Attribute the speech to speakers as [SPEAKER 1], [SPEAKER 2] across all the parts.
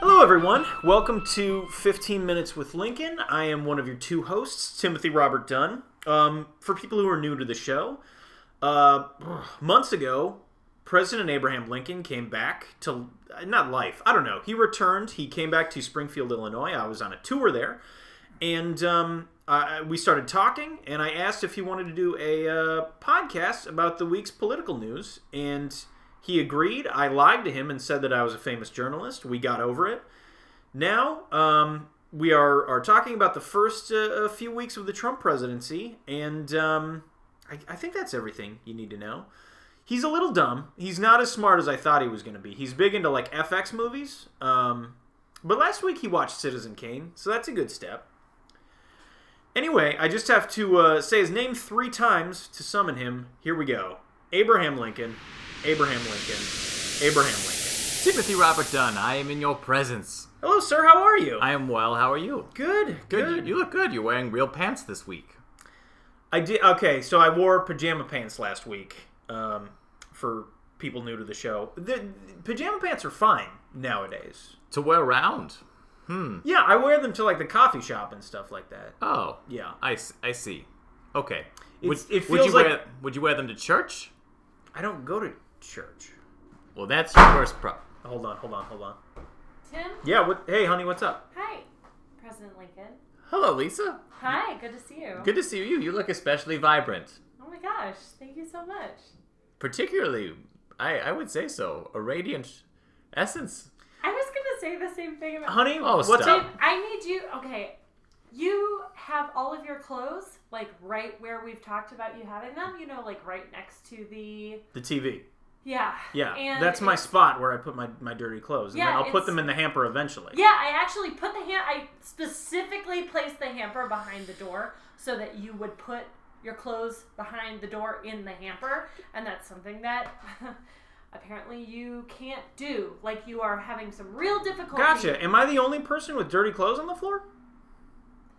[SPEAKER 1] Hello, everyone. Welcome to 15 Minutes with Lincoln. I am one of your two hosts, Timothy Robert Dunn. Um, for people who are new to the show, uh, months ago, President Abraham Lincoln came back to, not life, I don't know. He returned, he came back to Springfield, Illinois. I was on a tour there. And um, I, we started talking, and I asked if he wanted to do a uh, podcast about the week's political news. And he agreed. I lied to him and said that I was a famous journalist. We got over it. Now um, we are are talking about the first uh, few weeks of the Trump presidency, and um, I, I think that's everything you need to know. He's a little dumb. He's not as smart as I thought he was going to be. He's big into like FX movies, um, but last week he watched Citizen Kane, so that's a good step. Anyway, I just have to uh, say his name three times to summon him. Here we go. Abraham Lincoln, Abraham Lincoln, Abraham Lincoln.
[SPEAKER 2] Timothy Robert Dunn, I am in your presence.
[SPEAKER 1] Hello, sir. How are you?
[SPEAKER 2] I am well. How are you?
[SPEAKER 1] good. Good.
[SPEAKER 2] You, you look good. You're wearing real pants this week.
[SPEAKER 1] I did. Okay, so I wore pajama pants last week. Um, for people new to the show, the, pajama pants are fine nowadays.
[SPEAKER 2] To wear around.
[SPEAKER 1] Yeah, I wear them to like the coffee shop and stuff like that.
[SPEAKER 2] Oh.
[SPEAKER 1] Yeah.
[SPEAKER 2] I, s- I see. Okay.
[SPEAKER 1] It's- it
[SPEAKER 2] would
[SPEAKER 1] feels
[SPEAKER 2] you
[SPEAKER 1] like-
[SPEAKER 2] wear Would you wear them to church?
[SPEAKER 1] I don't go to church.
[SPEAKER 2] Well, that's your first pro.
[SPEAKER 1] Hold on, hold on, hold on.
[SPEAKER 3] Tim?
[SPEAKER 1] Yeah. What? Hey, honey, what's up?
[SPEAKER 3] Hi, President Lincoln.
[SPEAKER 2] Hello, Lisa.
[SPEAKER 3] Hi, good to see you.
[SPEAKER 2] Good to see you. You look especially vibrant.
[SPEAKER 3] Oh my gosh, thank you so much.
[SPEAKER 2] Particularly, I, I would say so, a radiant essence.
[SPEAKER 3] I was gonna say the same thing about
[SPEAKER 1] Honey,
[SPEAKER 2] Oh,
[SPEAKER 1] what's
[SPEAKER 2] stop.
[SPEAKER 1] up?
[SPEAKER 3] Tim, I need you. Okay, you have all of your clothes like right where we've talked about you having them. You know, like right next to the
[SPEAKER 1] The TV.
[SPEAKER 3] yeah.
[SPEAKER 1] Yeah,
[SPEAKER 3] and
[SPEAKER 1] that's my
[SPEAKER 3] it's-
[SPEAKER 1] spot where I put my, my dirty clothes, and
[SPEAKER 3] Yeah,
[SPEAKER 1] then I'll put
[SPEAKER 3] it's-
[SPEAKER 1] them in the hamper eventually.
[SPEAKER 3] Yeah, I actually put the ham. I specifically placed the hamper behind the door so that you would put your clothes behind the door in the hamper, and that's something that apparently you can't do. Like you are having some real difficulty.
[SPEAKER 1] Gotcha. Am I the only person with dirty clothes on the floor?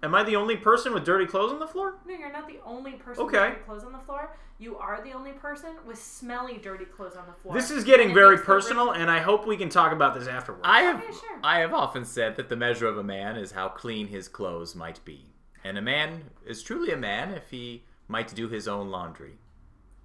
[SPEAKER 1] Am I the only person with dirty clothes on the floor?
[SPEAKER 3] No, you're not the only person
[SPEAKER 1] Okay.
[SPEAKER 3] with dirty clothes on the floor. You are the only person with smelly, dirty clothes on the floor.
[SPEAKER 1] This is getting
[SPEAKER 3] And it
[SPEAKER 1] very
[SPEAKER 3] makes the room-
[SPEAKER 1] personal, and I hope we can talk about this afterwards.
[SPEAKER 2] I have
[SPEAKER 3] Okay, sure.
[SPEAKER 2] I have often said that the measure of a man is how clean his clothes might be. And a man is truly a man if he might do his own laundry.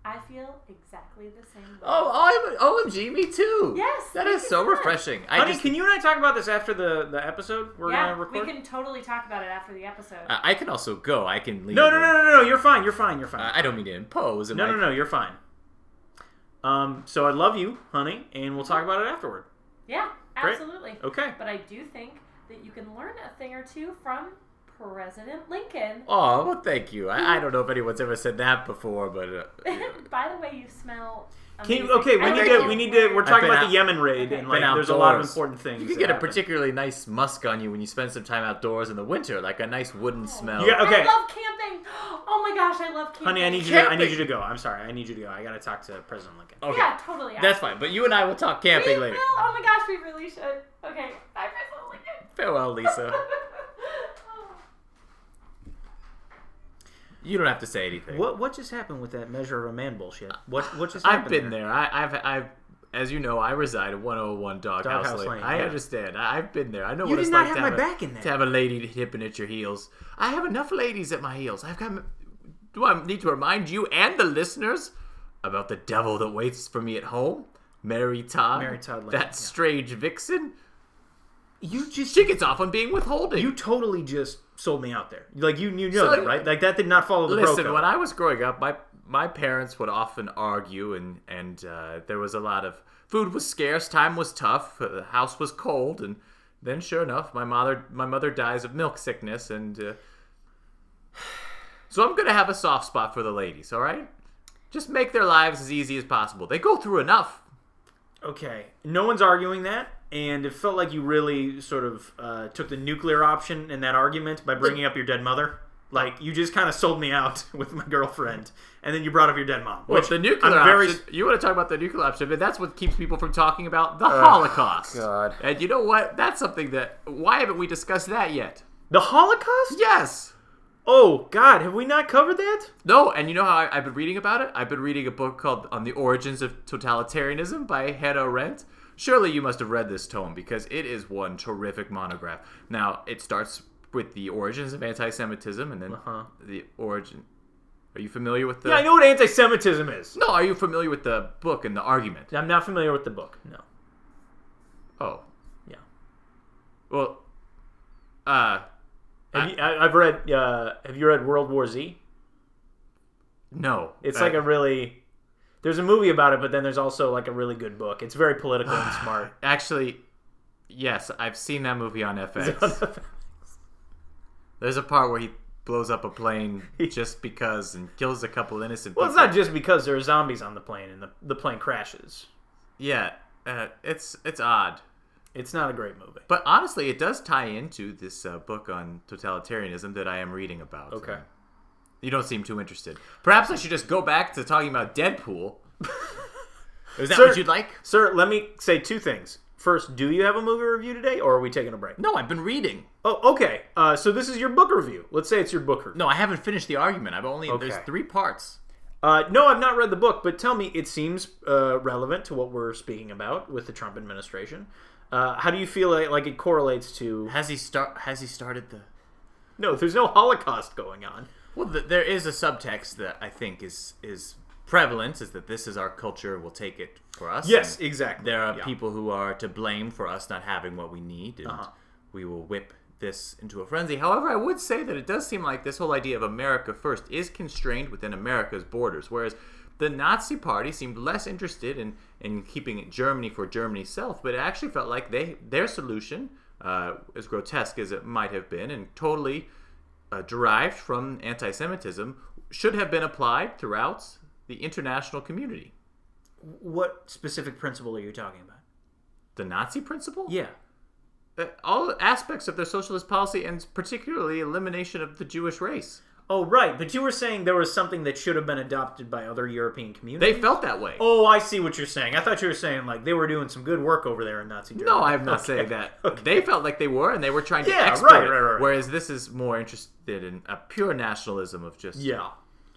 [SPEAKER 3] I feel exactly the same. Way.
[SPEAKER 2] Oh, oh OMG, me too.
[SPEAKER 3] Yes,
[SPEAKER 2] That
[SPEAKER 3] thank
[SPEAKER 2] is
[SPEAKER 3] you
[SPEAKER 2] so
[SPEAKER 3] so much.
[SPEAKER 2] refreshing. I
[SPEAKER 1] Honey,
[SPEAKER 2] just
[SPEAKER 1] can you and I talk about this after the, the episode we're
[SPEAKER 3] yeah,
[SPEAKER 1] gonna record?
[SPEAKER 3] we can totally talk about it after the episode.
[SPEAKER 2] I I can also go. I can leave.
[SPEAKER 1] No, no, no, no, no, no. You're fine. You're fine. You're fine.
[SPEAKER 2] I I don't mean to impose. and
[SPEAKER 1] no,
[SPEAKER 2] like-
[SPEAKER 1] no, no. You're fine. Um, so I love you, honey, and we'll talk about it afterward.
[SPEAKER 3] yeah,
[SPEAKER 1] Great.
[SPEAKER 3] absolutely.
[SPEAKER 1] Okay.
[SPEAKER 3] But I do think that you can learn a thing or two from President Lincoln.
[SPEAKER 2] Oh, well, thank you. I, I
[SPEAKER 3] Mm-hmm.
[SPEAKER 2] don't know if anyone's ever said that before, but uh,
[SPEAKER 3] By the way, you smell.
[SPEAKER 1] Can
[SPEAKER 3] Amazing.
[SPEAKER 1] you, okay, we
[SPEAKER 3] I
[SPEAKER 1] need
[SPEAKER 3] like
[SPEAKER 1] to.
[SPEAKER 3] your
[SPEAKER 1] We need
[SPEAKER 3] weird-
[SPEAKER 1] to. We're
[SPEAKER 2] I've
[SPEAKER 1] talking
[SPEAKER 2] been
[SPEAKER 1] about
[SPEAKER 2] out-
[SPEAKER 1] the Yemen raid, and like,
[SPEAKER 2] Been
[SPEAKER 1] there's a lot of
[SPEAKER 2] outdoors.
[SPEAKER 1] important things.
[SPEAKER 2] you can
[SPEAKER 1] that
[SPEAKER 2] get a
[SPEAKER 1] happen.
[SPEAKER 2] particularly nice musk on you when you spend some time outdoors in the winter, like a nice
[SPEAKER 3] Oh.
[SPEAKER 2] wooden smell.
[SPEAKER 1] You got- okay.
[SPEAKER 3] I love camping. Oh my gosh, I love camping.
[SPEAKER 1] Honey, I need you. To, I
[SPEAKER 2] Camping.
[SPEAKER 1] need you to go. I'm sorry. I need you to go. I gotta talk to President Lincoln.
[SPEAKER 2] okay.
[SPEAKER 3] Yeah, totally.
[SPEAKER 2] That's fine. But you and I will talk
[SPEAKER 3] we
[SPEAKER 2] camping
[SPEAKER 3] will.
[SPEAKER 2] later.
[SPEAKER 3] Oh my gosh, we really should. Okay, bye, President Lincoln.
[SPEAKER 2] Farewell, Lisa.
[SPEAKER 3] Oh.
[SPEAKER 2] you don't have to say anything.
[SPEAKER 1] What what just happened with that measure of a man bullshit? What what just happened?
[SPEAKER 2] I've been there. I, I've, I've, as you know, I reside at 101 Doghouse
[SPEAKER 1] Doghouse
[SPEAKER 2] Lane.
[SPEAKER 1] Lane,
[SPEAKER 2] I
[SPEAKER 1] yeah.
[SPEAKER 2] understand. I, I've been there. I know
[SPEAKER 1] You
[SPEAKER 2] what
[SPEAKER 1] did
[SPEAKER 2] it's
[SPEAKER 1] not
[SPEAKER 2] like
[SPEAKER 1] have
[SPEAKER 2] to,
[SPEAKER 1] my
[SPEAKER 2] have a,
[SPEAKER 1] back in there.
[SPEAKER 2] to have a lady hipping at your heels. I have enough ladies at my heels. I've got. Do I need to remind you and the listeners about the devil that waits for me at home? Mary Todd.
[SPEAKER 1] Mary Todd Lane, yeah.
[SPEAKER 2] That strange vixen.
[SPEAKER 1] You just
[SPEAKER 2] She gets off on being withholding.
[SPEAKER 1] you totally just sold me out there. Like you you know
[SPEAKER 2] So-
[SPEAKER 1] that right? Like that did not follow the bro
[SPEAKER 2] Listen,
[SPEAKER 1] code.
[SPEAKER 2] when I was growing up, my my parents would often argue, and and uh, there was a lot of food was scarce, time was tough, uh, the house was cold, and then sure enough, my mother my mother dies of milk sickness, and uh, so I'm gonna have a soft spot for the ladies. All right, just make their lives as easy as possible. They go through enough.
[SPEAKER 1] Okay, no one's arguing that, and it felt like you really sort of uh, took the nuclear option in that argument by bringing up your dead mother. Like you just kind of sold me out with my girlfriend, and then you brought up your dead mom.
[SPEAKER 2] Well,
[SPEAKER 1] which
[SPEAKER 2] the nuclear
[SPEAKER 1] I'm very
[SPEAKER 2] option. You want to talk about the nuclear option, but that's what keeps people from talking about the Holocaust.
[SPEAKER 1] God.
[SPEAKER 2] And you know what? That's something that. Why haven't we discussed that yet?
[SPEAKER 1] the Holocaust.
[SPEAKER 2] Yes.
[SPEAKER 1] Oh God, have we not covered that?
[SPEAKER 2] No, and you know how I, I've been reading about it? I've been reading a book called On the Origins of Totalitarianism by Hannah Arendt. Surely you must have read this tome because it is one terrific monograph. Now, it starts with the origins of anti Semitism and then
[SPEAKER 1] Uh-huh.
[SPEAKER 2] the origin. Are you familiar with the.
[SPEAKER 1] Yeah, I know what anti-Semitism is.
[SPEAKER 2] No, are you familiar with the book and the argument?
[SPEAKER 1] I'm not familiar with the book. No.
[SPEAKER 2] Oh,
[SPEAKER 1] Yeah.
[SPEAKER 2] well, uh,
[SPEAKER 1] Have you, I, I've read. Uh, have you read World War Z?
[SPEAKER 2] no.
[SPEAKER 1] It's
[SPEAKER 2] Uh,
[SPEAKER 1] like a really. There's a movie about it, but then there's also like a really good book. It's very political and smart.
[SPEAKER 2] Actually, yes, I've seen that movie on FX. There's a part where he blows up a plane just because and kills a couple innocent
[SPEAKER 1] well, it's
[SPEAKER 2] people.
[SPEAKER 1] not just because there are zombies on the plane and the, the plane crashes.
[SPEAKER 2] Yeah, uh, it's it's odd.
[SPEAKER 1] It's not a great movie.
[SPEAKER 2] But honestly, it does tie into this uh, book on totalitarianism that I am reading about.
[SPEAKER 1] Okay.
[SPEAKER 2] You don't seem too interested. Perhaps I should just go back to talking about Deadpool. Is that
[SPEAKER 1] Sir-
[SPEAKER 2] what you'd like?
[SPEAKER 1] Sir, let me say two things. First, do you have a movie review today, or are we taking a break?
[SPEAKER 2] No, I've been reading.
[SPEAKER 1] Oh, okay. Uh, so this is your book review. Let's say it's your book review.
[SPEAKER 2] No, I haven't finished the argument. I've only
[SPEAKER 1] Okay.
[SPEAKER 2] there's three parts.
[SPEAKER 1] Uh, no, I've not read the book, but tell me, it seems uh, relevant to what we're speaking about with the Trump administration. Uh, how do you feel like, like it correlates to?
[SPEAKER 2] Has he start? Has he started the?
[SPEAKER 1] No, there's no Holocaust going on.
[SPEAKER 2] Well, th- there is a subtext that I think is is prevalent is that this is our culture. We'll take it for us.
[SPEAKER 1] Yes,
[SPEAKER 2] and
[SPEAKER 1] exactly.
[SPEAKER 2] There are
[SPEAKER 1] Yeah.
[SPEAKER 2] people who are to blame for us not having what we need, and
[SPEAKER 1] Uh-huh.
[SPEAKER 2] we will whip this into a frenzy. However, I would say that it does seem like this whole idea of America first is constrained within America's borders, whereas the Nazi Party seemed less interested in, in keeping it Germany for Germany's self, but it actually felt like they their solution, uh, as grotesque as it might have been, and totally uh, derived from anti-Semitism, should have been applied throughout the international community.
[SPEAKER 1] What specific principle are you talking about?
[SPEAKER 2] The Nazi principle,
[SPEAKER 1] Yeah.
[SPEAKER 2] uh, all aspects of their socialist policy and particularly elimination of the Jewish race.
[SPEAKER 1] Oh, right. But you were saying there was something that should have been adopted by other European communities.
[SPEAKER 2] They felt that way.
[SPEAKER 1] Oh, I see what you're saying. I thought you were saying like they were doing some good work over there in Nazi Germany.
[SPEAKER 2] No, I'm not saying that. They felt like they were, and they were trying to
[SPEAKER 1] Yeah,
[SPEAKER 2] export
[SPEAKER 1] right,
[SPEAKER 2] it,
[SPEAKER 1] right, right, right.
[SPEAKER 2] Whereas this is more interested in a pure nationalism of just.
[SPEAKER 1] Yeah.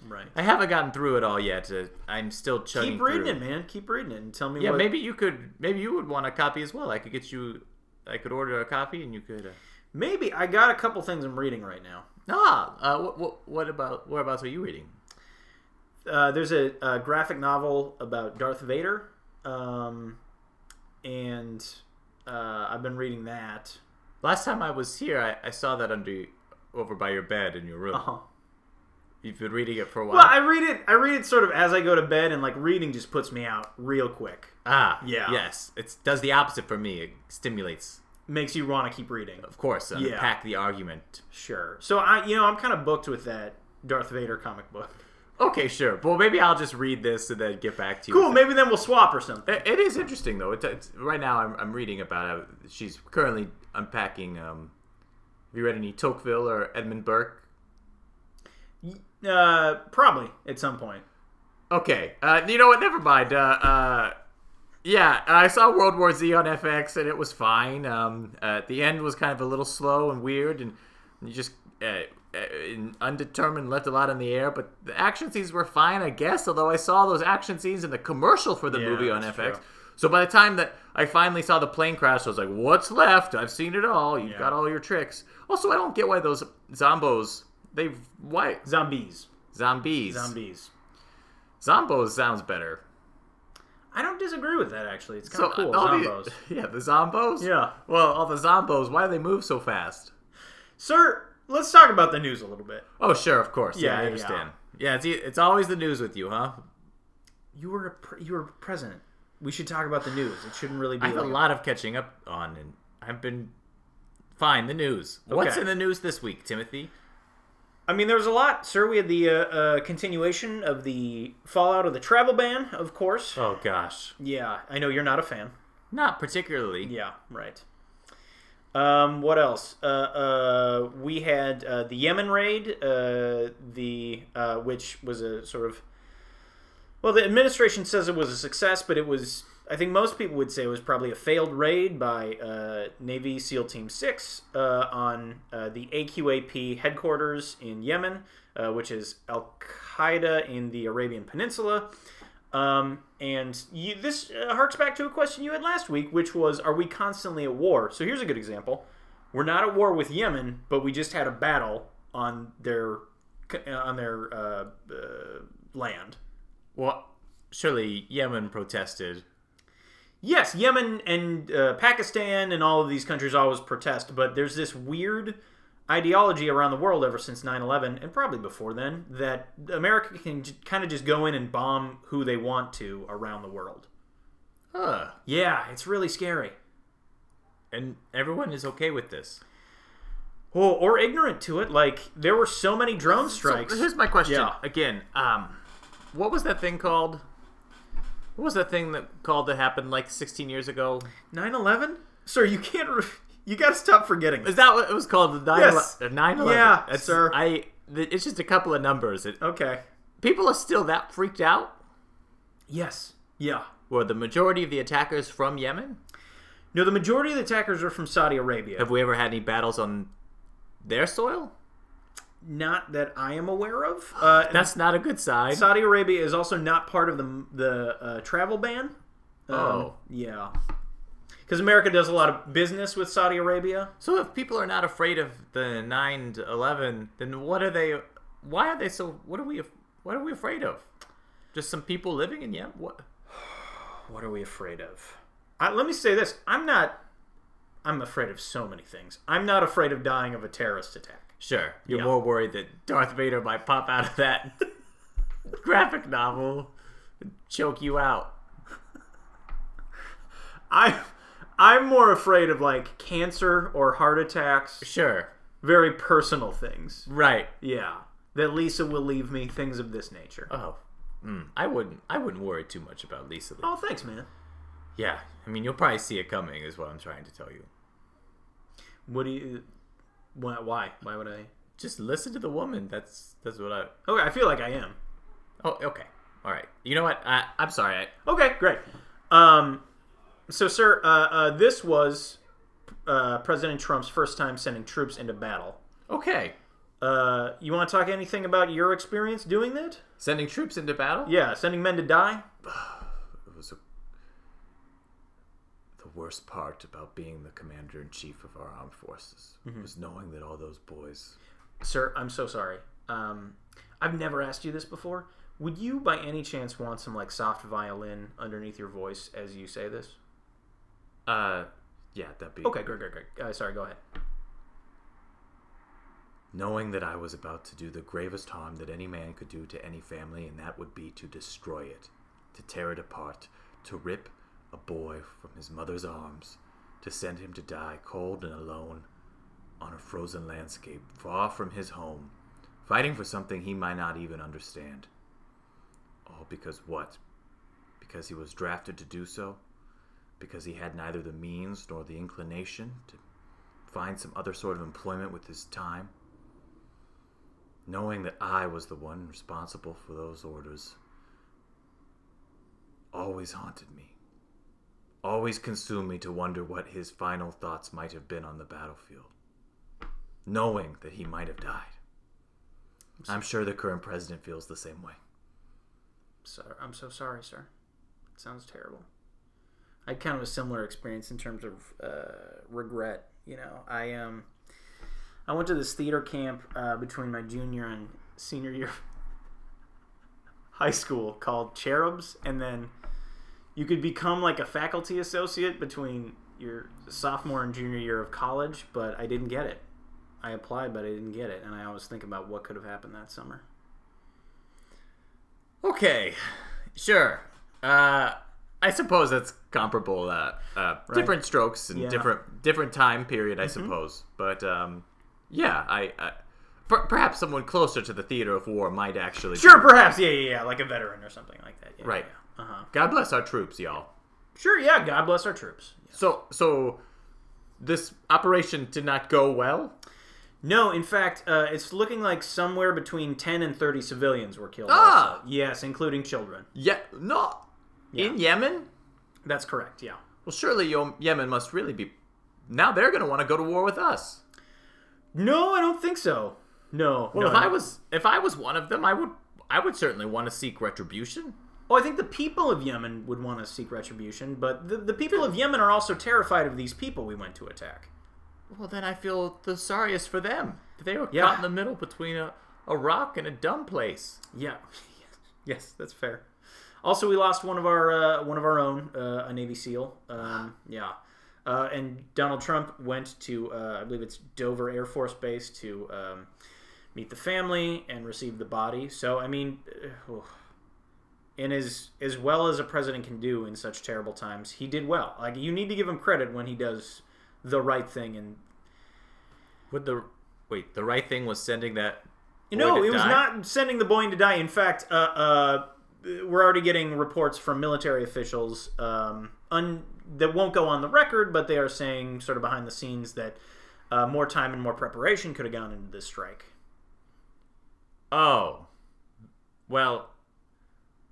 [SPEAKER 1] Right.
[SPEAKER 2] I haven't gotten through it all yet. Uh, I'm still chugging.
[SPEAKER 1] Keep reading
[SPEAKER 2] through.
[SPEAKER 1] it, man. Keep reading it and tell me.
[SPEAKER 2] Yeah,
[SPEAKER 1] what...
[SPEAKER 2] maybe you could. Maybe you would want a copy as well. I could get you. I could order a copy, and you could. Uh,
[SPEAKER 1] Maybe I got a couple things I'm reading right now.
[SPEAKER 2] nah. Uh, what, what, what about whereabouts are you reading?
[SPEAKER 1] Uh, there's a, a graphic novel about Darth Vader, um, and uh, I've been reading that.
[SPEAKER 2] Last time I was here, I, I saw that under over by your bed in your room.
[SPEAKER 1] Uh-huh.
[SPEAKER 2] You've been reading it for a while.
[SPEAKER 1] Well, I read it. I read it sort of as I go to bed, and like reading just puts me out real quick.
[SPEAKER 2] ah,
[SPEAKER 1] Yeah.
[SPEAKER 2] Yes, it does the opposite for me. It stimulates.
[SPEAKER 1] Makes you want to keep reading.
[SPEAKER 2] of course,
[SPEAKER 1] Yeah.
[SPEAKER 2] unpack the argument.
[SPEAKER 1] Sure. So I, you know, I'm kind of booked with that Darth Vader comic book.
[SPEAKER 2] Okay, sure. Well, maybe I'll just read this and then get back to you.
[SPEAKER 1] Cool.
[SPEAKER 2] with it.
[SPEAKER 1] Maybe then we'll swap or something.
[SPEAKER 2] It- it is interesting though. It, it's, right now, I'm, I'm reading about it. She's currently unpacking. Um, have you read any Tocqueville or Edmund Burke?
[SPEAKER 1] Uh, probably at some point.
[SPEAKER 2] Okay, uh, you know what? Never mind. Uh, uh, yeah, I saw World War Z on FX and it was fine. Um, uh, the end was kind of a little slow and weird, and you just uh, uh, in- undetermined left a lot in the air. But the action scenes were fine, I guess. Although I saw those action scenes in the commercial for the
[SPEAKER 1] Yeah,
[SPEAKER 2] movie on
[SPEAKER 1] that's
[SPEAKER 2] FX.
[SPEAKER 1] true.
[SPEAKER 2] So by the time that I finally saw the plane crash, I was like, "What's left? I've seen it all. You have
[SPEAKER 1] Yeah.
[SPEAKER 2] got all your tricks." Also, I don't get why those zombos. They why
[SPEAKER 1] Zombies.
[SPEAKER 2] zombies?
[SPEAKER 1] Zombies.
[SPEAKER 2] Zombos sounds better.
[SPEAKER 1] I don't disagree with that actually. It's kind of cool.
[SPEAKER 2] all the-
[SPEAKER 1] Zombos.
[SPEAKER 2] yeah, the zombos.
[SPEAKER 1] Yeah.
[SPEAKER 2] Well, all the zombos. Why do they move so fast?
[SPEAKER 1] Sir, let's talk about the news a little bit.
[SPEAKER 2] Oh, sure, of course. Yeah,
[SPEAKER 1] Yeah,
[SPEAKER 2] I
[SPEAKER 1] yeah,
[SPEAKER 2] understand. Yeah, it's e, it's it's always the news with you, huh?
[SPEAKER 1] You were a pre- you were a president. We should talk about the news. It shouldn't really be
[SPEAKER 2] I have a
[SPEAKER 1] like-
[SPEAKER 2] lot of catching up on, and I've been fine. The news. What's
[SPEAKER 1] Okay.
[SPEAKER 2] in the news this week, Timothy?
[SPEAKER 1] I mean, there was a lot, sir. We had the uh, uh, continuation of the fallout of the travel ban, of course.
[SPEAKER 2] Oh gosh,
[SPEAKER 1] Yeah, I know you're not a fan.
[SPEAKER 2] not particularly.
[SPEAKER 1] Yeah, right. Um, what else? Uh, uh, we had uh, the Yemen raid, uh, the uh, which was a sort of well, the administration says it was a success, but it was I think most people would say it was probably a failed raid by uh, Navy SEAL Team Six uh, on uh, the AQAP headquarters in Yemen, uh, which is Al Qaeda in the Arabian Peninsula. Um, and you, this uh, harks back to a question you had last week, which was, "Are we constantly at war?" So here's a good example: We're not at war with Yemen, but we just had a battle on their on their uh, uh, land.
[SPEAKER 2] Well, surely Yemen protested.
[SPEAKER 1] Yes, Yemen and uh, Pakistan and all of these countries always protest, but there's this weird ideology around the world ever since 9 11 and probably before then that America can j- kind of just go in and bomb who they want to around the world.
[SPEAKER 2] Huh.
[SPEAKER 1] Yeah, it's really scary.
[SPEAKER 2] And everyone is okay with this.
[SPEAKER 1] Well, or ignorant to it. Like, there were so many drone strikes.
[SPEAKER 2] So here's my question
[SPEAKER 1] Yeah.
[SPEAKER 2] again. Um, what was that thing called? What was that thing that called that happened like 16 years ago?
[SPEAKER 1] 9 11? Sir, you can't. Re- you gotta stop forgetting.
[SPEAKER 2] Is that what it was called? The 9
[SPEAKER 1] Yes.
[SPEAKER 2] 11.
[SPEAKER 1] Yeah, sir.
[SPEAKER 2] I. th- It's just a couple of numbers. It,
[SPEAKER 1] okay.
[SPEAKER 2] people are still that freaked out.
[SPEAKER 1] Yes. Yeah.
[SPEAKER 2] Were the majority of the attackers from Yemen?
[SPEAKER 1] No, the majority of the attackers are from Saudi Arabia.
[SPEAKER 2] Have we ever had any battles on their soil?
[SPEAKER 1] Not that I am aware of. Uh,
[SPEAKER 2] That's not a good sign.
[SPEAKER 1] Saudi Arabia is also not part of the the uh, travel ban. Um,
[SPEAKER 2] Oh.
[SPEAKER 1] yeah, because America does a lot of business with Saudi Arabia.
[SPEAKER 2] So if people are not afraid of the 9 to 11, then what are they why are they so what are we what are we afraid of? Just some people living in Yemen? What?
[SPEAKER 1] What are we afraid of? I, let me say this: I'm not. I'm afraid of so many things. I'm not afraid of dying of a terrorist attack.
[SPEAKER 2] Sure. You're
[SPEAKER 1] Yeah.
[SPEAKER 2] more worried that Darth Vader might pop out of that graphic novel and choke you out.
[SPEAKER 1] I, I'm more afraid of like cancer or heart attacks,
[SPEAKER 2] Sure.
[SPEAKER 1] very personal things.
[SPEAKER 2] Right.
[SPEAKER 1] Yeah, that Lisa will leave me, things of this nature.
[SPEAKER 2] Oh. Mm. I wouldn't I wouldn't worry too much about Lisa. Lee.
[SPEAKER 1] Oh, thanks, man.
[SPEAKER 2] Yeah. I mean, you'll probably see it coming is what I'm trying to tell you.
[SPEAKER 1] What do you? Why? Why, why would I?
[SPEAKER 2] Just listen to the woman. That's that's what I
[SPEAKER 1] Okay, I feel like I am.
[SPEAKER 2] Oh, okay. All right. You know what? I, I'm sorry. I,
[SPEAKER 1] Okay, great. Um, so, sir, uh, uh, this was uh, President Trump's first time sending troops into battle.
[SPEAKER 2] okay.
[SPEAKER 1] Uh, you want to talk anything about your experience doing that?
[SPEAKER 2] Sending troops into battle?
[SPEAKER 1] Yeah, sending men to die.
[SPEAKER 2] It was a, the worst part about being the commander in chief of our armed forces
[SPEAKER 1] Mm-hmm.
[SPEAKER 2] was knowing that all those boys.
[SPEAKER 1] Sir, I'm so sorry. Um, I've never asked you this before. Would you, by any chance, want some like soft violin underneath your voice as you say this?
[SPEAKER 2] Uh, yeah, that'd be
[SPEAKER 1] Okay, great, great, great. Uh, sorry, go ahead.
[SPEAKER 2] Knowing that I was about to do the gravest harm that any man could do to any family, and that would be to destroy it, to tear it apart, to rip a boy from his mother's arms, to send him to die cold and alone on a frozen landscape, far from his home, fighting for something he might not even understand. All because what? Because he was drafted to do so? Because he had neither the means nor the inclination to find some other sort of employment with his time? knowing that I was the one responsible for those orders, always haunted me. Always consumed me to wonder what his final thoughts might have been on the battlefield, knowing that he might have died. I'm sure the current president feels the same way.
[SPEAKER 1] So I'm so sorry, sir. It sounds terrible. I had kind of a similar experience in terms of uh, regret. You know, I um, I went to this theater camp uh, between my junior and senior year of high school called Cherubs, and then you could become like a faculty associate between your sophomore and junior year of college. But I didn't get it. I applied, but I didn't get it, and I always think about what could have happened that summer.
[SPEAKER 2] Okay, sure. Uh, I suppose that's comparable. Uh, uh, Different strokes and
[SPEAKER 1] Yeah. Mm-hmm.
[SPEAKER 2] different different time period, I suppose. But um, yeah, I, I per- perhaps someone closer to the theater of war might actually.
[SPEAKER 1] Sure, perhaps. Yeah, yeah, yeah. Like a veteran or something like that. Yeah,
[SPEAKER 2] Right.
[SPEAKER 1] Yeah. Uh huh.
[SPEAKER 2] God bless our troops, y'all.
[SPEAKER 1] Sure. Yeah. God bless our troops.
[SPEAKER 2] So so, this operation did not go well.
[SPEAKER 1] No, in fact, uh, it's looking like somewhere between ten and thirty civilians were killed.
[SPEAKER 2] Ah!
[SPEAKER 1] also. Yes, including children.
[SPEAKER 2] Yeah, no, in Yemen.
[SPEAKER 1] That's correct. Yeah.
[SPEAKER 2] Well, surely Yo- Yemen must really be. Now they're going to want to go to war with us.
[SPEAKER 1] No, I don't think so. No.
[SPEAKER 2] Well,
[SPEAKER 1] no,
[SPEAKER 2] if I
[SPEAKER 1] no.
[SPEAKER 2] was if I was one of them, I would I would certainly want to seek retribution.
[SPEAKER 1] Oh, I think the people of Yemen would want to seek retribution, but the, the people of Yemen are also terrified of these people we went to attack.
[SPEAKER 2] Well, then I feel the sorriest for them. They were
[SPEAKER 1] Yeah.
[SPEAKER 2] caught in the middle between a, a rock and a dumb place.
[SPEAKER 1] Yeah. yes, that's fair. Also, we lost one of our uh, one of our own, uh, a Navy SEAL. Um, yeah. Uh, and Donald Trump went to, uh, I believe it's Dover Air Force Base to um, meet the family and receive the body. So, I mean, uh, oof. and as as well as a president can do in such terrible times, he did well. Like you need to give him credit when he does the right thing and
[SPEAKER 2] Would the wait? The right thing was sending that. boy
[SPEAKER 1] No,
[SPEAKER 2] to
[SPEAKER 1] it was
[SPEAKER 2] die?
[SPEAKER 1] not sending the Boeing to die. In fact, uh, uh, we're already getting reports from military officials um, un- that won't go on the record, but they are saying, sort of behind the scenes, that uh, more time and more preparation could have gone into this strike.
[SPEAKER 2] Oh, well,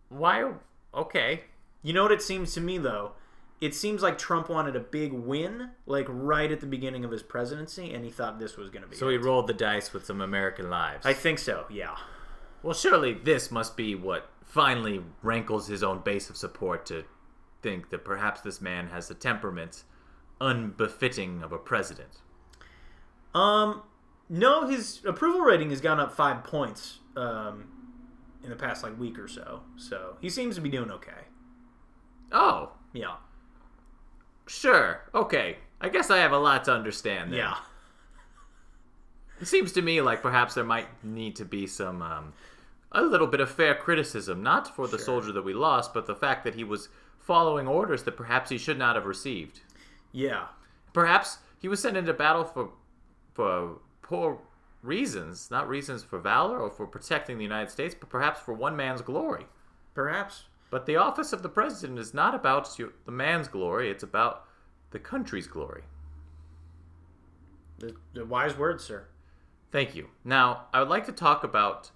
[SPEAKER 2] why? Okay,
[SPEAKER 1] You know what it seems to me, though? It seems like Trump wanted a big win, like right at the beginning of his presidency, and he thought this was going to be.
[SPEAKER 2] so
[SPEAKER 1] it.
[SPEAKER 2] he rolled the dice with some American lives.
[SPEAKER 1] I think so. Yeah.
[SPEAKER 2] well, surely this must be what finally rankles his own base of support to think that perhaps this man has a temperament unbefitting of a president.
[SPEAKER 1] Um, no, his approval rating has gone up five points um, in the past like week or so. So he seems to be doing okay.
[SPEAKER 2] Oh,
[SPEAKER 1] Yeah,
[SPEAKER 2] sure, okay. I guess I have a lot to understand. There.
[SPEAKER 1] yeah,
[SPEAKER 2] It seems to me like perhaps there might need to be some um, a little bit of fair criticism, not for the soldier that we lost, but the fact that he was following orders that perhaps he should not have received.
[SPEAKER 1] yeah.
[SPEAKER 2] Perhaps he was sent into battle for for poor reasons, not reasons for valor or for protecting the United States, but perhaps for one man's glory.
[SPEAKER 1] Perhaps.
[SPEAKER 2] But the office of the president is not about you- the man's glory; it's about the country's glory.
[SPEAKER 1] The, the wise words, sir.
[SPEAKER 2] Thank you. Now, I would like to talk about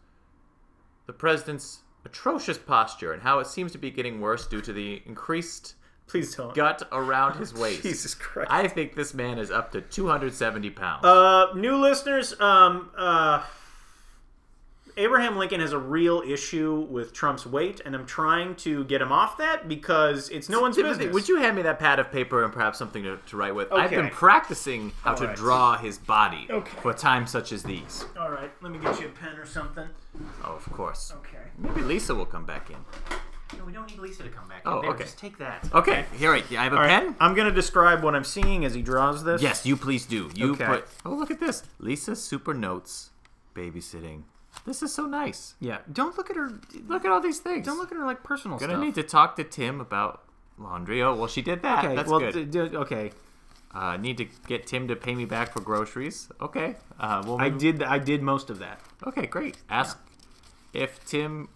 [SPEAKER 2] the president's atrocious posture and how it seems to be getting worse due to the increased
[SPEAKER 1] Please don't.
[SPEAKER 2] gut around his waist.
[SPEAKER 1] Jesus Christ.
[SPEAKER 2] I think this man is up to 270 pounds.
[SPEAKER 1] uh, new listeners, um, uh, Abraham Lincoln has a real issue with Trump's weight, and I'm trying to get him off that because it's no one's
[SPEAKER 2] Timothy,
[SPEAKER 1] business.
[SPEAKER 2] would you hand me that pad of paper and perhaps something to, to write with? I've been
[SPEAKER 1] Okay.
[SPEAKER 2] practicing how to
[SPEAKER 1] Alright.
[SPEAKER 2] draw his body
[SPEAKER 1] Okay.
[SPEAKER 2] for times such as these.
[SPEAKER 1] All right, let me get you a pen or something.
[SPEAKER 2] Oh, of course.
[SPEAKER 1] Okay.
[SPEAKER 2] Maybe Lisa will come back in.
[SPEAKER 1] No, we don't need Lisa to come back.
[SPEAKER 2] Oh,
[SPEAKER 1] there,
[SPEAKER 2] okay.
[SPEAKER 1] Just take that.
[SPEAKER 2] Okay, here I, I have a
[SPEAKER 1] All right,
[SPEAKER 2] pen.
[SPEAKER 1] I'm gonna describe what I'm seeing as he draws this.
[SPEAKER 2] Yes, you please do. You
[SPEAKER 1] Okay.
[SPEAKER 2] put. Oh, look at this. Lisa Super Notes babysitting. This is so nice.
[SPEAKER 1] Yeah. Don't look at her.
[SPEAKER 2] Look at all these things.
[SPEAKER 1] Don't look at her like personal
[SPEAKER 2] Gonna
[SPEAKER 1] stuff.
[SPEAKER 2] need to talk to Tim about laundry. Oh, well, she did that.
[SPEAKER 1] okay.
[SPEAKER 2] That's
[SPEAKER 1] well,
[SPEAKER 2] good.
[SPEAKER 1] d- d- okay.
[SPEAKER 2] uh, need to get Tim to pay me back for groceries. Okay. Uh, well,
[SPEAKER 1] I
[SPEAKER 2] maybe-
[SPEAKER 1] did. I did most of that.
[SPEAKER 2] Okay, great. Ask if Tim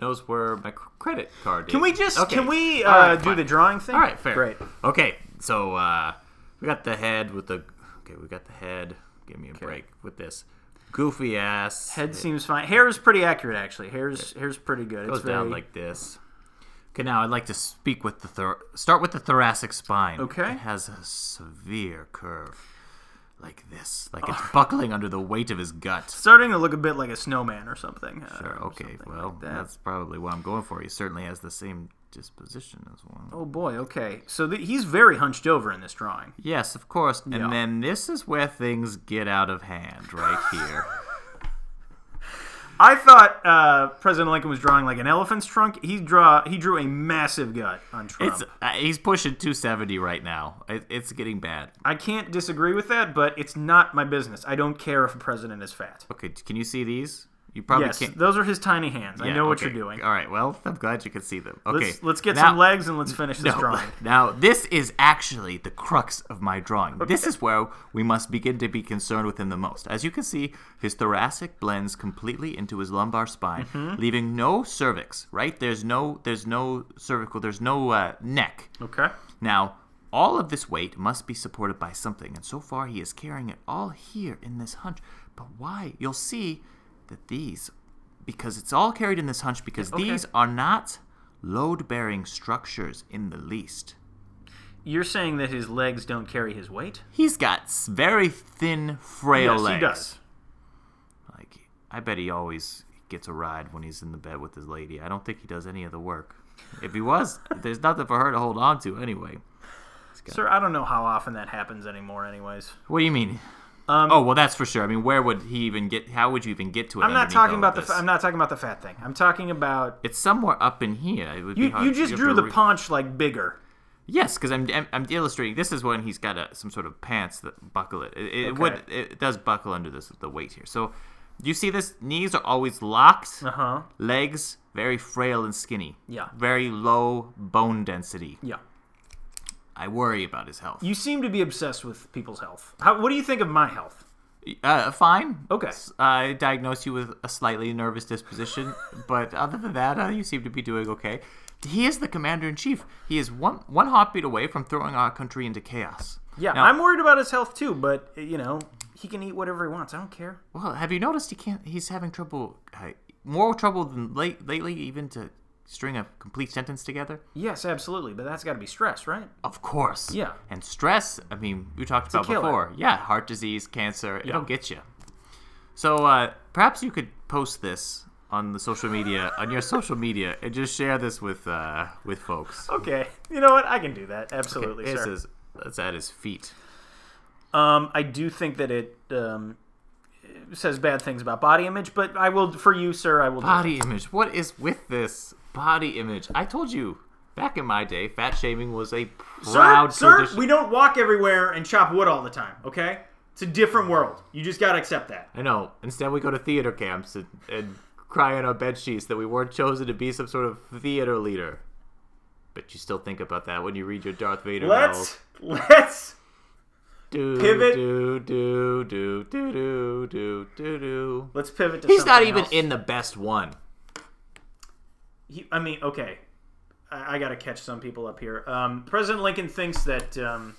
[SPEAKER 2] knows where my cr- credit card is.
[SPEAKER 1] Can we just?
[SPEAKER 2] Okay.
[SPEAKER 1] Can we uh,
[SPEAKER 2] All right,
[SPEAKER 1] do
[SPEAKER 2] fine.
[SPEAKER 1] the drawing thing?
[SPEAKER 2] All right, fair.
[SPEAKER 1] Great.
[SPEAKER 2] Okay, so uh, we got the head with the. Okay, we got the head. Give me a break with this goofy ass.
[SPEAKER 1] Head seems fine. Hair is pretty accurate, actually. Hair's hair's pretty good.
[SPEAKER 2] goes
[SPEAKER 1] it's very,
[SPEAKER 2] down like this. Okay, now I'd like to speak with the thor- start with the thoracic spine.
[SPEAKER 1] Okay.
[SPEAKER 2] it has a severe curve, like this, like it's buckling under the weight of his gut.
[SPEAKER 1] starting to look a bit like a snowman or something. uh,
[SPEAKER 2] Sure.
[SPEAKER 1] or
[SPEAKER 2] Okay.
[SPEAKER 1] something
[SPEAKER 2] Well,
[SPEAKER 1] like that.
[SPEAKER 2] that's probably what I'm going for. He certainly has the same disposition as one.
[SPEAKER 1] Oh boy. Okay. So th- he's very hunched over in this drawing.
[SPEAKER 2] Yes, of course. And
[SPEAKER 1] Yeah.
[SPEAKER 2] then this is where things get out of hand, right here.
[SPEAKER 1] I thought uh, President Lincoln was drawing like an elephant's trunk. He draw he drew a massive gut on Trump.
[SPEAKER 2] it's uh, he's pushing 270 right now. It, it's getting bad.
[SPEAKER 1] I can't disagree with that, but it's not my business. I don't care if a president is fat.
[SPEAKER 2] Okay, can you see these? You probably
[SPEAKER 1] yes,
[SPEAKER 2] can't.
[SPEAKER 1] those are his tiny hands. I
[SPEAKER 2] Yeah,
[SPEAKER 1] know what
[SPEAKER 2] okay.
[SPEAKER 1] you're doing.
[SPEAKER 2] All right. Well, I'm glad you could see them. Okay.
[SPEAKER 1] Let's, let's get
[SPEAKER 2] now-
[SPEAKER 1] some legs and let's finish this
[SPEAKER 2] no,
[SPEAKER 1] drawing.
[SPEAKER 2] Now, this is actually the crux of my drawing. This is where we must begin to be concerned with him the most. As you can see, his thoracic blends completely into his lumbar spine, leaving no cervix. Right? There's no, there's no cervical. There's no uh, neck.
[SPEAKER 1] Okay.
[SPEAKER 2] Now, all of this weight must be supported by something, and so far he is carrying it all here in this hunch. But why? You'll see that these, because it's all carried in this hunch, because these are not load bearing structures in the least.
[SPEAKER 1] You're saying that his legs don't carry his weight?
[SPEAKER 2] He's got s- very thin, frail
[SPEAKER 1] yes,
[SPEAKER 2] legs.
[SPEAKER 1] he does.
[SPEAKER 2] Like, I bet he always gets a ride when he's in the bed with his lady. I don't think he does any of the work. If he was, there's nothing for her to hold on to anyway.
[SPEAKER 4] Sir, I don't know how often that happens anymore. Anyways,
[SPEAKER 2] What do you mean?
[SPEAKER 4] um,
[SPEAKER 2] Oh well, that's for sure. I mean, where would he even get? How would you even get to it?
[SPEAKER 4] I'm not
[SPEAKER 2] underneath
[SPEAKER 4] talking
[SPEAKER 2] all
[SPEAKER 4] about the.
[SPEAKER 2] of
[SPEAKER 4] Fa-
[SPEAKER 2] this?
[SPEAKER 4] I'm not talking about the fat thing. I'm talking about
[SPEAKER 2] It's somewhere up in here. It would be
[SPEAKER 4] you.
[SPEAKER 2] hard
[SPEAKER 4] You
[SPEAKER 2] to
[SPEAKER 4] just
[SPEAKER 2] give
[SPEAKER 4] drew
[SPEAKER 2] a
[SPEAKER 4] the
[SPEAKER 2] re-
[SPEAKER 4] paunch like bigger.
[SPEAKER 2] Yes, because I'm, I'm I'm illustrating. This is when he's got a some sort of pants that buckle it. It, it
[SPEAKER 4] Okay.
[SPEAKER 2] would it does buckle under this the weight here. So you see this knees are always locked.
[SPEAKER 4] Uh huh.
[SPEAKER 2] Legs very frail and skinny.
[SPEAKER 4] Yeah.
[SPEAKER 2] Very low bone density.
[SPEAKER 4] Yeah.
[SPEAKER 2] I worry about his health.
[SPEAKER 4] You seem to be obsessed with people's health. How, what do you think of my health?
[SPEAKER 2] Uh, fine.
[SPEAKER 4] Okay.
[SPEAKER 2] S- I diagnosed you with a slightly nervous disposition, but other than that, uh, you seem to be doing okay. He is the commander in chief. He is one one heartbeat away from throwing our country into chaos.
[SPEAKER 4] Yeah,
[SPEAKER 2] Now-
[SPEAKER 4] I'm worried about his health too, but you know he can eat whatever he wants. I don't care.
[SPEAKER 2] Well, have you noticed he can't? He's having trouble, uh, more trouble than late, lately, even to string a complete sentence together.
[SPEAKER 4] Yes, absolutely, but that's got to be stress, right?
[SPEAKER 2] Of course.
[SPEAKER 4] Yeah.
[SPEAKER 2] And stress. I mean, we talked about
[SPEAKER 4] killer.
[SPEAKER 2] before. Yeah, heart disease, cancer. It'll get you. So uh, perhaps you could post this on the social media, on your social media, and just share this with uh, with folks.
[SPEAKER 4] Okay, you know what? I can do that. Absolutely,
[SPEAKER 2] It's
[SPEAKER 4] sir.
[SPEAKER 2] his- it's at his feet.
[SPEAKER 4] Um, I do think that it um, says bad things about body image, but I will for you, sir. I will. do
[SPEAKER 2] Body image. What is with this body image? I told you back in my day, fat shaming was a
[SPEAKER 1] Sir,
[SPEAKER 2] proud
[SPEAKER 1] sir,
[SPEAKER 2] tradition.
[SPEAKER 1] we don't walk everywhere and chop wood all the time, okay? It's a different world. You just gotta accept that.
[SPEAKER 2] I know. Instead, we go to theater camps and, and cry on our bed sheets that we weren't chosen to be some sort of theater leader. But you still think about that when you read your Darth Vader
[SPEAKER 1] Let's
[SPEAKER 2] novel.
[SPEAKER 1] let's
[SPEAKER 2] Do,
[SPEAKER 1] pivot.
[SPEAKER 2] Do do do do do do do do.
[SPEAKER 1] let's pivot to
[SPEAKER 2] He's not
[SPEAKER 1] something
[SPEAKER 2] even
[SPEAKER 1] else.
[SPEAKER 2] in the best one.
[SPEAKER 1] He, I mean, okay, I, I gotta catch some people up here. Um, President Lincoln thinks that um,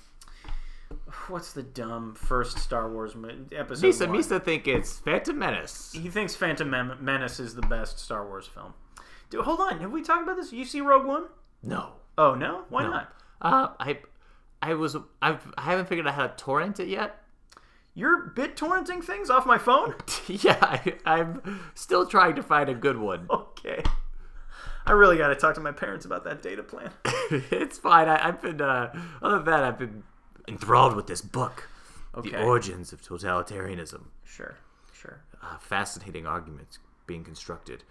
[SPEAKER 1] what's the dumb first Star Wars mo- episode?
[SPEAKER 2] Misa
[SPEAKER 1] one?
[SPEAKER 2] Misa think it's Phantom Menace.
[SPEAKER 1] He thinks Phantom Men- Menace is the best Star Wars film. Dude, hold on, have we talked about this? You see Rogue One?
[SPEAKER 2] No.
[SPEAKER 1] Oh no, why
[SPEAKER 2] No.
[SPEAKER 1] not?
[SPEAKER 2] Uh, I, I was I've, I haven't figured out how to torrent it yet.
[SPEAKER 1] You're bit torrenting things off my phone?
[SPEAKER 2] yeah, I, I'm still trying to find a good one.
[SPEAKER 1] okay. I really gotta talk to my parents about that data plan.
[SPEAKER 2] it's fine. I, I've been, uh, other than that, I've been enthralled with this book,
[SPEAKER 1] Okay.
[SPEAKER 2] The Origins of Totalitarianism.
[SPEAKER 1] Sure, sure.
[SPEAKER 2] Uh, fascinating arguments being constructed.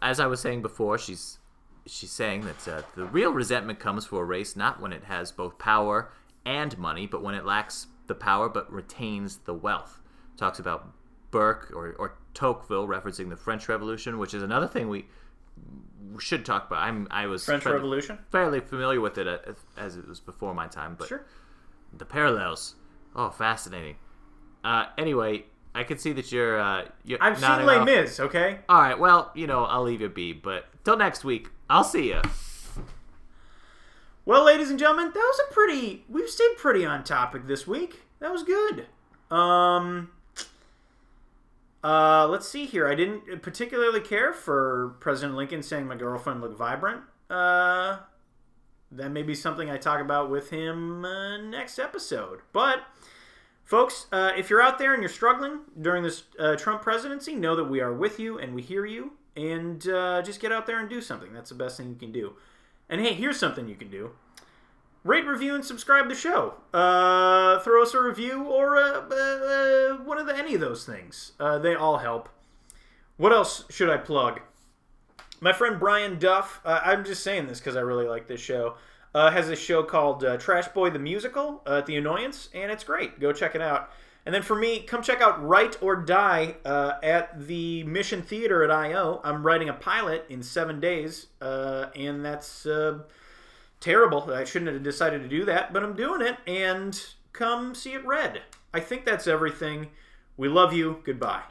[SPEAKER 2] As I was saying before, she's she's saying that uh, the real resentment comes for a race not when it has both power and money, but when it lacks the power but retains the wealth. Talks about Burke or, or Tocqueville referencing the French Revolution, which is another thing we should talk about. I'm I was
[SPEAKER 1] French
[SPEAKER 2] fairly-
[SPEAKER 1] Revolution?
[SPEAKER 2] fairly familiar with it uh, as it was before my time, but
[SPEAKER 1] Sure.
[SPEAKER 2] the parallels. Oh, fascinating. Uh, anyway, I can see that you're. Uh, you're
[SPEAKER 1] I've seen
[SPEAKER 2] nodding
[SPEAKER 1] Les
[SPEAKER 2] off.
[SPEAKER 1] Mis, okay?
[SPEAKER 2] All right, well, you know, I'll leave you be, but till next week, I'll see you.
[SPEAKER 1] Well, ladies and gentlemen, that was a pretty. We've stayed pretty on topic this week. That was good. Um. Uh, let's see here. I didn't particularly care for President Lincoln saying my girlfriend looked vibrant. Uh, that may be something I talk about with him uh, next episode. But, folks, uh, if you're out there and you're struggling during this uh, Trump presidency, know that we are with you and we hear you. And uh, just get out there and do something. That's the best thing you can do. And hey, here's something you can do. Rate, review, and subscribe the show. Uh, throw us a review or uh uh, uh, one of the, any of those things. Uh, they all help. What else should I plug? My friend Brian Duff, uh, I'm just saying this because I really like this show, uh, has a show called uh, Trash Boy the Musical uh, at The Annoyance, and it's great. Go check it out. And then for me, come check out Write or Die uh, at the Mission Theater at I.O. I'm writing a pilot in seven days, uh, and that's. Uh, terrible. I shouldn't have decided to do that, but I'm doing it. And come see it read. I think that's everything. We love you. Goodbye.